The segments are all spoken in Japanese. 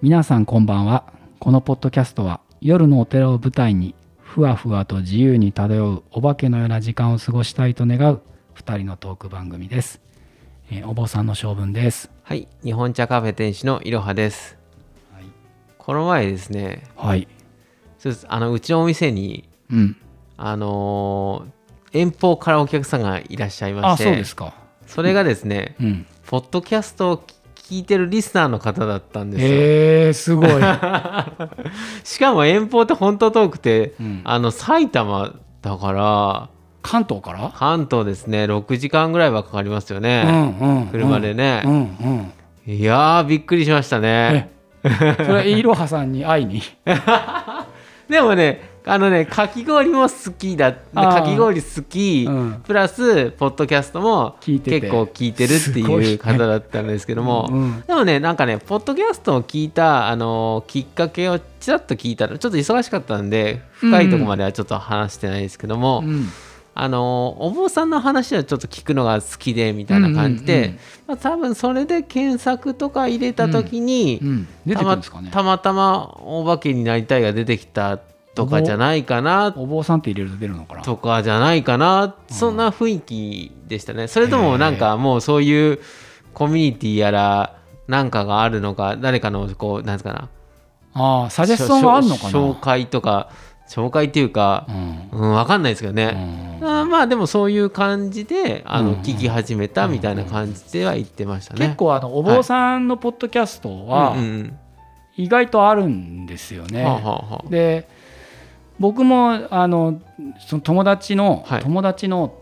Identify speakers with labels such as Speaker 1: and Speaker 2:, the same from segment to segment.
Speaker 1: 皆さんこんばんはこのポッドキャストは夜のお寺を舞台にふわふわと自由に漂うお化けのような時間を過ごしたいと願う2人のトーク番組です、えーお坊さんの性分です
Speaker 2: はい、日本茶カフェ店主のいろはです。
Speaker 1: はい
Speaker 2: この前ですね、
Speaker 1: はい
Speaker 2: そうですあのうちのお店に、
Speaker 1: うん
Speaker 2: あのー遠方からお客さんがいらっしゃいま
Speaker 1: あ
Speaker 2: して、
Speaker 1: そうですか
Speaker 2: それがですね、
Speaker 1: うん
Speaker 2: ポッドキャストを聞いてるリスナーの方だったんですよ。
Speaker 1: えー、すごい、
Speaker 2: しかも遠方って本当遠くて、
Speaker 1: うん
Speaker 2: あの埼玉だから
Speaker 1: 関東から、
Speaker 2: 関東ですね6時間ぐらいはかかりますよ
Speaker 1: う
Speaker 2: ね、
Speaker 1: んうんうん
Speaker 2: 車でね
Speaker 1: う、んうん
Speaker 2: いやーびっくりしましたね
Speaker 1: えそれいろはさんに会いに
Speaker 2: でもね、あのね、かき氷も好きだ、
Speaker 1: あー
Speaker 2: かき氷好き、
Speaker 1: うん
Speaker 2: プラス、ポッドキャストも
Speaker 1: 聞いてて
Speaker 2: 結構聞いてるって
Speaker 1: すごい
Speaker 2: い
Speaker 1: ね
Speaker 2: う方だったんですけども、
Speaker 1: うん
Speaker 2: でもね、なんかね、ポッドキャストを聞いた、あのーきっかけをちらっと聞いたら、ちょっと忙しかったんで、深いとこまではちょっと話してないですけども、
Speaker 1: うん
Speaker 2: あのーお坊さんの話をちょっと聞くのが好きでみたいな感じで、
Speaker 1: うんうんうん
Speaker 2: まあ、多分それで検索とか入れた時に、
Speaker 1: うん出てくるんですかね
Speaker 2: たまたまたまお化けになりたいが出てきたとかじゃないかな
Speaker 1: お坊さんって入れると出るのかな
Speaker 2: とかじゃないかなそんな雰囲気でしたねそれともなんかもうそういうコミュニティやらなんかがあるのか誰かのこうなんつうかな
Speaker 1: ああサジェスションはあるのかな
Speaker 2: 紹介とか紹介っていうか
Speaker 1: う、ん
Speaker 2: うん、わかんないですけど
Speaker 1: う
Speaker 2: ね、
Speaker 1: ん
Speaker 2: あーまあでもそういう感じであ
Speaker 1: うん
Speaker 2: の聞き始めたみたいな感じでは言ってましたね。
Speaker 1: 結構あのお坊さんのポッドキャストは
Speaker 2: うんうん
Speaker 1: 意外とあるんですよね。
Speaker 2: はあはあはあ
Speaker 1: で僕もあのその友達の、
Speaker 2: はい
Speaker 1: 友達の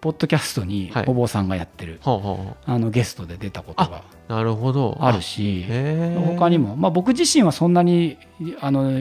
Speaker 1: ポッドキャストに
Speaker 2: はい
Speaker 1: お坊さんがやってる、
Speaker 2: はあは
Speaker 1: あのゲストで出たことが
Speaker 2: あなるほど。
Speaker 1: あるし
Speaker 2: へー
Speaker 1: 他にも、まあ、僕自身はそんなにあの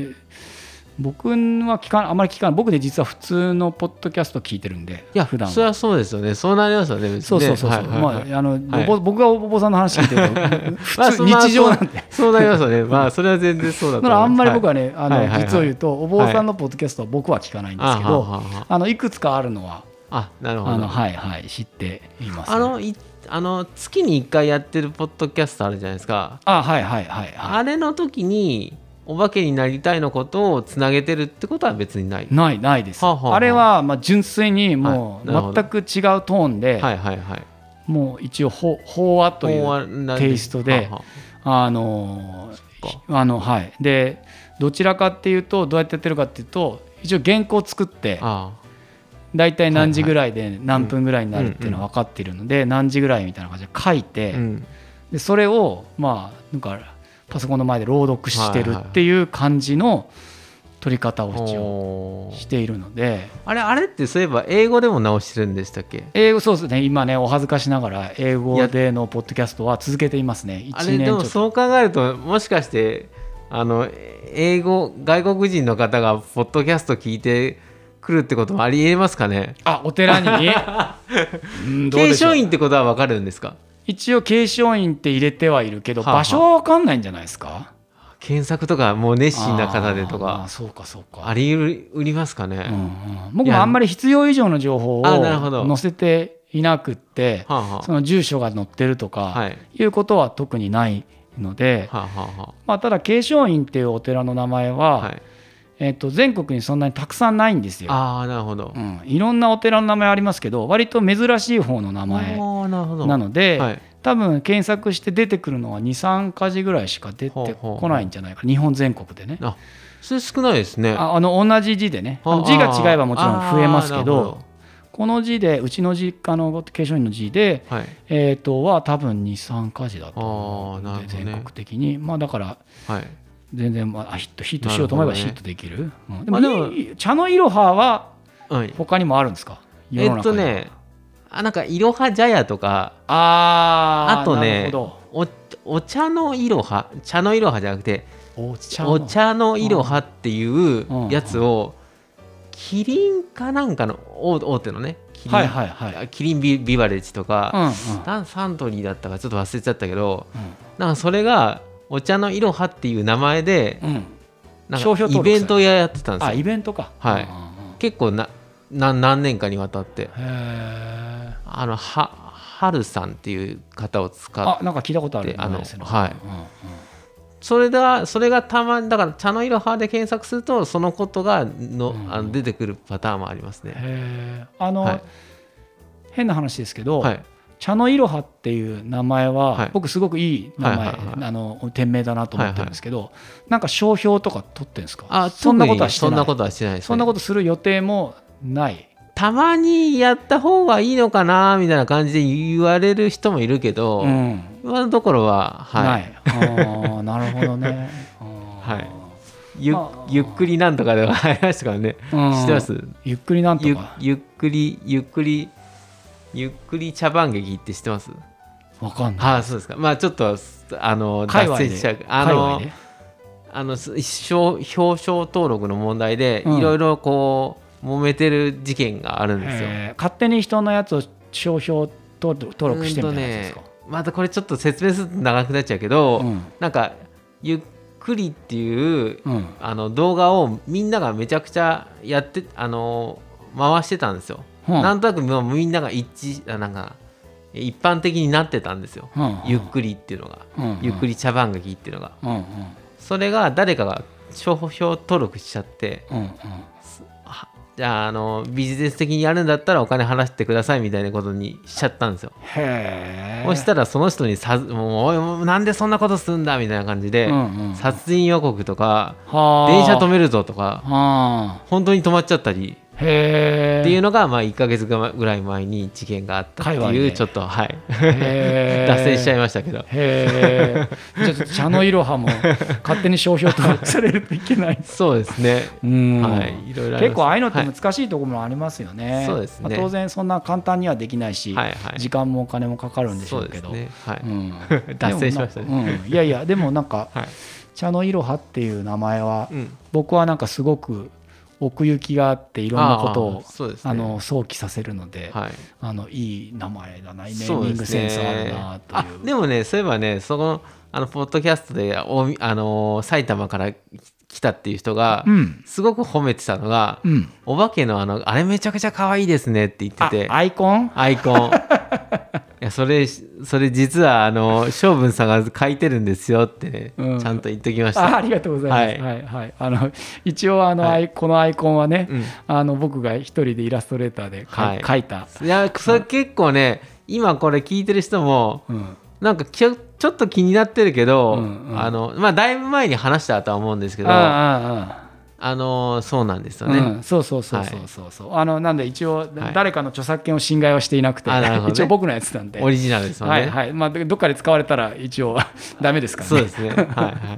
Speaker 1: 僕は聞かんあまり聞かない僕で実は普通のポッドキャスト聞いてるんで
Speaker 2: いや
Speaker 1: 普段は
Speaker 2: それはそうですよねそうなりますよね別にね
Speaker 1: そうそうそうそう、
Speaker 2: はいはいはい
Speaker 1: まああの、
Speaker 2: はい
Speaker 1: お坊僕がお坊さんの話聞いてると
Speaker 2: ま
Speaker 1: 普
Speaker 2: あ
Speaker 1: 通、
Speaker 2: そまあ
Speaker 1: 日常なんで。
Speaker 2: そうそうなりますよね まあそれは全然そうだ
Speaker 1: だか
Speaker 2: と思
Speaker 1: らあんまり僕
Speaker 2: は
Speaker 1: はね、あ
Speaker 2: はいはいは
Speaker 1: の
Speaker 2: い
Speaker 1: 実を言うと、お坊さんのポッドキャストは僕は聞かないんですけ
Speaker 2: あは
Speaker 1: ど、
Speaker 2: はは
Speaker 1: あのいくつかあるのは、
Speaker 2: あなるほど
Speaker 1: あのはいはい知っていますね。
Speaker 2: あのいあの月に1回やってるポッドキャストあるじゃないですか
Speaker 1: あはいはいはいは
Speaker 2: あれの時にお化けになりたいのことをつなげてるってことは別にない
Speaker 1: い。ないないです。
Speaker 2: はあはあはあ
Speaker 1: あれはまあ純粋にもう
Speaker 2: はいなるほど
Speaker 1: 全く違うトーンで、
Speaker 2: はいはいはい
Speaker 1: もう一応ほ法話というテイストであの
Speaker 2: そっか
Speaker 1: あのはいでどちらかっていうとどうやってやってるかっていうと一応原稿作って。
Speaker 2: あ
Speaker 1: 大体何時ぐらいで何分ぐらいになるっていうのは分かっているので何時ぐらいみたいな感じで書い
Speaker 2: あ
Speaker 1: て
Speaker 2: うん
Speaker 1: でそれをまあなんかパソコンの前で朗読してるっていう感じの取り方を一応
Speaker 2: おー
Speaker 1: しているので
Speaker 2: あれあれってそういえば英語でも直してるんでしたっけ
Speaker 1: 英語そうですね今ねお恥ずかしながら英語でのポッドキャストは続けていますね
Speaker 2: あ
Speaker 1: 1
Speaker 2: れ
Speaker 1: 年ち
Speaker 2: で
Speaker 1: ょ
Speaker 2: も
Speaker 1: っと
Speaker 2: そう考えるともしかしてあの英語外国人の方がポッドキャスト聞いてくるってこともありえますかね
Speaker 1: あお寺 にうんどう
Speaker 2: 継
Speaker 1: でしょう
Speaker 2: 承員ってことはわかるんですか
Speaker 1: 一応継承院って入れてはいるけど
Speaker 2: はあはあ
Speaker 1: 場所は分かんないんじゃないですか
Speaker 2: 検索とかもう熱心な方でと
Speaker 1: あー
Speaker 2: か
Speaker 1: そうかそうか
Speaker 2: ありうりますかね、
Speaker 1: う
Speaker 2: は
Speaker 1: んうん僕
Speaker 2: い
Speaker 1: も
Speaker 2: や
Speaker 1: あんまり必要以上の情報を
Speaker 2: あなるほど
Speaker 1: 載せていなくって、
Speaker 2: あ、は
Speaker 1: その住所が載ってると
Speaker 2: あ、は
Speaker 1: か
Speaker 2: い
Speaker 1: いうことは特にないので、
Speaker 2: はあ、はあは
Speaker 1: まあ、ただ慶祥院っていうお寺の名前
Speaker 2: あ
Speaker 1: は、
Speaker 2: はい、
Speaker 1: えっと全国にそんなにたくさんないんですよ。
Speaker 2: ああなるほど
Speaker 1: う、ん、いろんなお寺の名前ありますけど割と珍しい方の名
Speaker 2: あ
Speaker 1: 前
Speaker 2: ーなるほど
Speaker 1: なので、
Speaker 2: はい、
Speaker 1: 多分検索して出てくるのは23か字ぐらいしか出てこないんじゃないか日本全国でね。
Speaker 2: あそれ少ないですね
Speaker 1: ああの同じ字でねあの
Speaker 2: あ
Speaker 1: 字が違えばもちろん増えますけ
Speaker 2: あーなる
Speaker 1: ど
Speaker 2: ほ
Speaker 1: この字でうちの実家の継承院の字で、
Speaker 2: どはい
Speaker 1: えー、とは多分23家事だと思うの
Speaker 2: あ
Speaker 1: で、
Speaker 2: ーなるほどね
Speaker 1: 全国的にまあだから
Speaker 2: はい
Speaker 1: 全然、まあ、ヒットヒットしようと思えば
Speaker 2: なる
Speaker 1: ヒ
Speaker 2: ほど
Speaker 1: ッ
Speaker 2: ね
Speaker 1: トできる、うん
Speaker 2: まあ
Speaker 1: でも
Speaker 2: でも
Speaker 1: いい茶のいろはは
Speaker 2: はい
Speaker 1: 他にもあるんですか世
Speaker 2: え
Speaker 1: の
Speaker 2: っ
Speaker 1: 中
Speaker 2: と
Speaker 1: に
Speaker 2: ねあなんかいろは茶屋とか
Speaker 1: あー
Speaker 2: あとね
Speaker 1: なるほ
Speaker 2: おお茶のいろは茶のいろはじゃなくて
Speaker 1: どお茶の
Speaker 2: お茶のいろはっていうやつをキリンかなんかの大大手のねキリン,、
Speaker 1: はいはいはい、
Speaker 2: キリンビビバレッジと
Speaker 1: う
Speaker 2: か、
Speaker 1: んうん
Speaker 2: なんサントリーだったかちょっと忘れちゃったけど
Speaker 1: うん
Speaker 2: なんかそれがお茶のいろはっていう名前で
Speaker 1: うん
Speaker 2: なん
Speaker 1: 商標登
Speaker 2: かイ
Speaker 1: 録され
Speaker 2: ベ
Speaker 1: て
Speaker 2: ントややってたんです
Speaker 1: あ
Speaker 2: よ
Speaker 1: イベントか
Speaker 2: はい
Speaker 1: うんうんうん
Speaker 2: 結構なな何年かにわたって
Speaker 1: へー
Speaker 2: あのははるさんっていう方を使っ
Speaker 1: あなんか聞いたことある
Speaker 2: であ
Speaker 1: 名前
Speaker 2: の
Speaker 1: ですね
Speaker 2: はい
Speaker 1: うんうん
Speaker 2: それがそれがたまにだから茶の色派で検索するとそのことがの、
Speaker 1: うん
Speaker 2: あの出てくるパターンもありますね。
Speaker 1: へーあの、
Speaker 2: はい
Speaker 1: 変な話ですけど、
Speaker 2: はい、
Speaker 1: 茶のいろはっていう名前は、
Speaker 2: はい
Speaker 1: 僕すごくいい名前、
Speaker 2: はいはいはい
Speaker 1: あの店名だなと思ってるんですけど、なんか商標とか取ってんですか
Speaker 2: あ
Speaker 1: そんなことはして
Speaker 2: 特に
Speaker 1: な
Speaker 2: そんな
Speaker 1: そ
Speaker 2: いこ
Speaker 1: ん
Speaker 2: とはしてないです、ね、
Speaker 1: なことする予定もない
Speaker 2: たまにやった方がいいのかなみたいな感じで言われる人もいるけど、
Speaker 1: うん
Speaker 2: 今のところは、は
Speaker 1: ないいあー なるほどねは
Speaker 2: はいゆ
Speaker 1: まあ
Speaker 2: ゆっくりなんとかではありましたからね、知ってます
Speaker 1: ゆっくりなんと
Speaker 2: ゆ
Speaker 1: か
Speaker 2: ゆっくりゆっくりゆっくり茶番劇って知ってます
Speaker 1: わかんない
Speaker 2: ああそうですかまあちょっとあの
Speaker 1: 界隈で
Speaker 2: しちゃうあ
Speaker 1: 海
Speaker 2: の
Speaker 1: 外で
Speaker 2: あのす表表彰登録の問題で
Speaker 1: うん
Speaker 2: いろいろこう揉めてる事件があるんですよ。
Speaker 1: えー勝手に人のやつを商標登録してみたいなやつですか
Speaker 2: うーんとねまたこれちょっと説明すると長くなっちゃうけど、
Speaker 1: うん
Speaker 2: なんかゆっくりっていう、
Speaker 1: うん
Speaker 2: あの動画をみんながめちゃくちゃやってあの回してたんです
Speaker 1: う
Speaker 2: よ。
Speaker 1: ん
Speaker 2: なんとなくもうみんなが一致あなんか一般的になってたんですよ。
Speaker 1: うん
Speaker 2: ゆっくりっていうのが、
Speaker 1: うん
Speaker 2: ゆっくり茶番劇っていうのが、
Speaker 1: うんうん
Speaker 2: それが誰かが商標登録しちゃって。
Speaker 1: うんうん
Speaker 2: はじゃああのビジネス的にやるんだったらお金払ってくださいみたいなことにしちゃったんですよ。
Speaker 1: へえ
Speaker 2: そしたらその人にさもうおいもうなんでそんなことするんだみたいな感じで、
Speaker 1: うんうん
Speaker 2: 殺人予告とか
Speaker 1: はあ
Speaker 2: 電車止めるぞとか
Speaker 1: はあ
Speaker 2: 本当に止まっちゃったり
Speaker 1: へえ
Speaker 2: っていうのが、まあ、1か月ぐらい前に事件があったって
Speaker 1: 界隈
Speaker 2: い
Speaker 1: で
Speaker 2: うちょっとはい
Speaker 1: へー
Speaker 2: 脱線しちゃいましたけど
Speaker 1: へえ ちょっと茶のいろはも勝手に商標登録されるとい けない
Speaker 2: そうですね、
Speaker 1: うん
Speaker 2: はいいろいろあります
Speaker 1: 結構ああいうのって
Speaker 2: はい
Speaker 1: 難しいところもありますよね。
Speaker 2: そうですね
Speaker 1: まあ当然そんな簡単にはできないし、
Speaker 2: はいはい
Speaker 1: 時間もお金もかかるんでしょ
Speaker 2: そううで
Speaker 1: け
Speaker 2: す
Speaker 1: ど。
Speaker 2: ねはい、
Speaker 1: うん、
Speaker 2: 脱線しましたね
Speaker 1: でもなんかうんいやいやでもなんか
Speaker 2: はい
Speaker 1: 茶のいろはっていう名前は
Speaker 2: うん、
Speaker 1: 僕はなんかすごく奥行きがあっていろんなことを
Speaker 2: あーそうですね
Speaker 1: あの想起させるので、
Speaker 2: はい
Speaker 1: あのいい名前だなネー
Speaker 2: そう
Speaker 1: ミ
Speaker 2: で
Speaker 1: ン
Speaker 2: す
Speaker 1: グ
Speaker 2: ね
Speaker 1: センスあるなという
Speaker 2: あでもねそういえばねそこのあのポッドキャストでおみあのー埼玉から来たっていう人が、
Speaker 1: うん
Speaker 2: すごく褒めてたのが、
Speaker 1: うん
Speaker 2: お化けのあのあれめちゃくちゃ可愛いですねって言って
Speaker 1: あ
Speaker 2: て
Speaker 1: アイコン
Speaker 2: アイ コンいやそれそれ実はあの勝文さんが書いてるんですよってね、
Speaker 1: うん
Speaker 2: ちゃんと言っときまし
Speaker 1: あ
Speaker 2: た
Speaker 1: ありがとうございます。はい、はい、あの、一応、あの、
Speaker 2: は
Speaker 1: アイこのアイコンはね、
Speaker 2: うん
Speaker 1: あの、僕が一人でイラストレーターでか、
Speaker 2: はい
Speaker 1: 描いた。
Speaker 2: いやそれ結構ね今これ聞いてる人も
Speaker 1: うん、
Speaker 2: なんかきょちょっと気になってるけど、
Speaker 1: うんうん
Speaker 2: あのまあだいぶ前に話したとは思うんですけど
Speaker 1: あ
Speaker 2: あ
Speaker 1: あ
Speaker 2: のそうなんです
Speaker 1: あ
Speaker 2: よ
Speaker 1: あ、
Speaker 2: ね、
Speaker 1: うん、そうそうそうそうそうそう、あのなんで一応
Speaker 2: はい
Speaker 1: 誰かの著作権を侵害はしていなくて、
Speaker 2: あなるほどね
Speaker 1: 一応僕のやつなんで
Speaker 2: オリジナルですもんね、
Speaker 1: はいはいまあどどっかで使われたら一応 ダメですからね
Speaker 2: そうですねはい、は い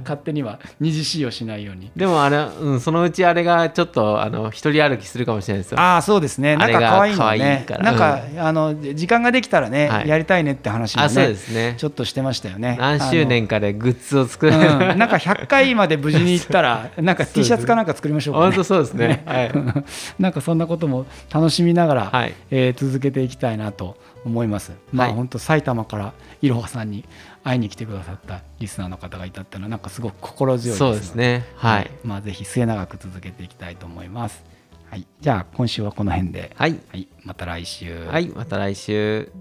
Speaker 1: 勝手には二次使用しないように
Speaker 2: でもあれ、うん、そのうちあれがちょっとあの一人歩きするかもしれないですよ。
Speaker 1: ああそうですね
Speaker 2: あ
Speaker 1: なん
Speaker 2: れ
Speaker 1: か
Speaker 2: が
Speaker 1: 可愛いの
Speaker 2: 可愛
Speaker 1: ね
Speaker 2: いから
Speaker 1: なんか、あの時間ができたらね、
Speaker 2: はい
Speaker 1: やりたいねって話も
Speaker 2: あ、そうで
Speaker 1: ね
Speaker 2: すね
Speaker 1: ち。ょっとしてましたよね
Speaker 2: 何周年かでグッズを作
Speaker 1: あ
Speaker 2: る。
Speaker 1: のうん、なんか100回まで無事に行ったらなんか T シャツかなんか作りましょうか
Speaker 2: 本
Speaker 1: ね
Speaker 2: 当そうですね。はい。
Speaker 1: なんかそんなことも楽しみながら、
Speaker 2: はい
Speaker 1: えー続けていきたいなと思います。まあ、
Speaker 2: はい
Speaker 1: 本当埼玉からいろはさんに会いに来てくださったリスナーの方がいたっていうのはなんかすごく心強いです
Speaker 2: そ
Speaker 1: の
Speaker 2: うです。ね。はい。
Speaker 1: まあぜひ末永く続けていきたいと思います。はい、じゃあ今週はこの辺で、
Speaker 2: はい。
Speaker 1: はい、また来週。
Speaker 2: はい。また来週。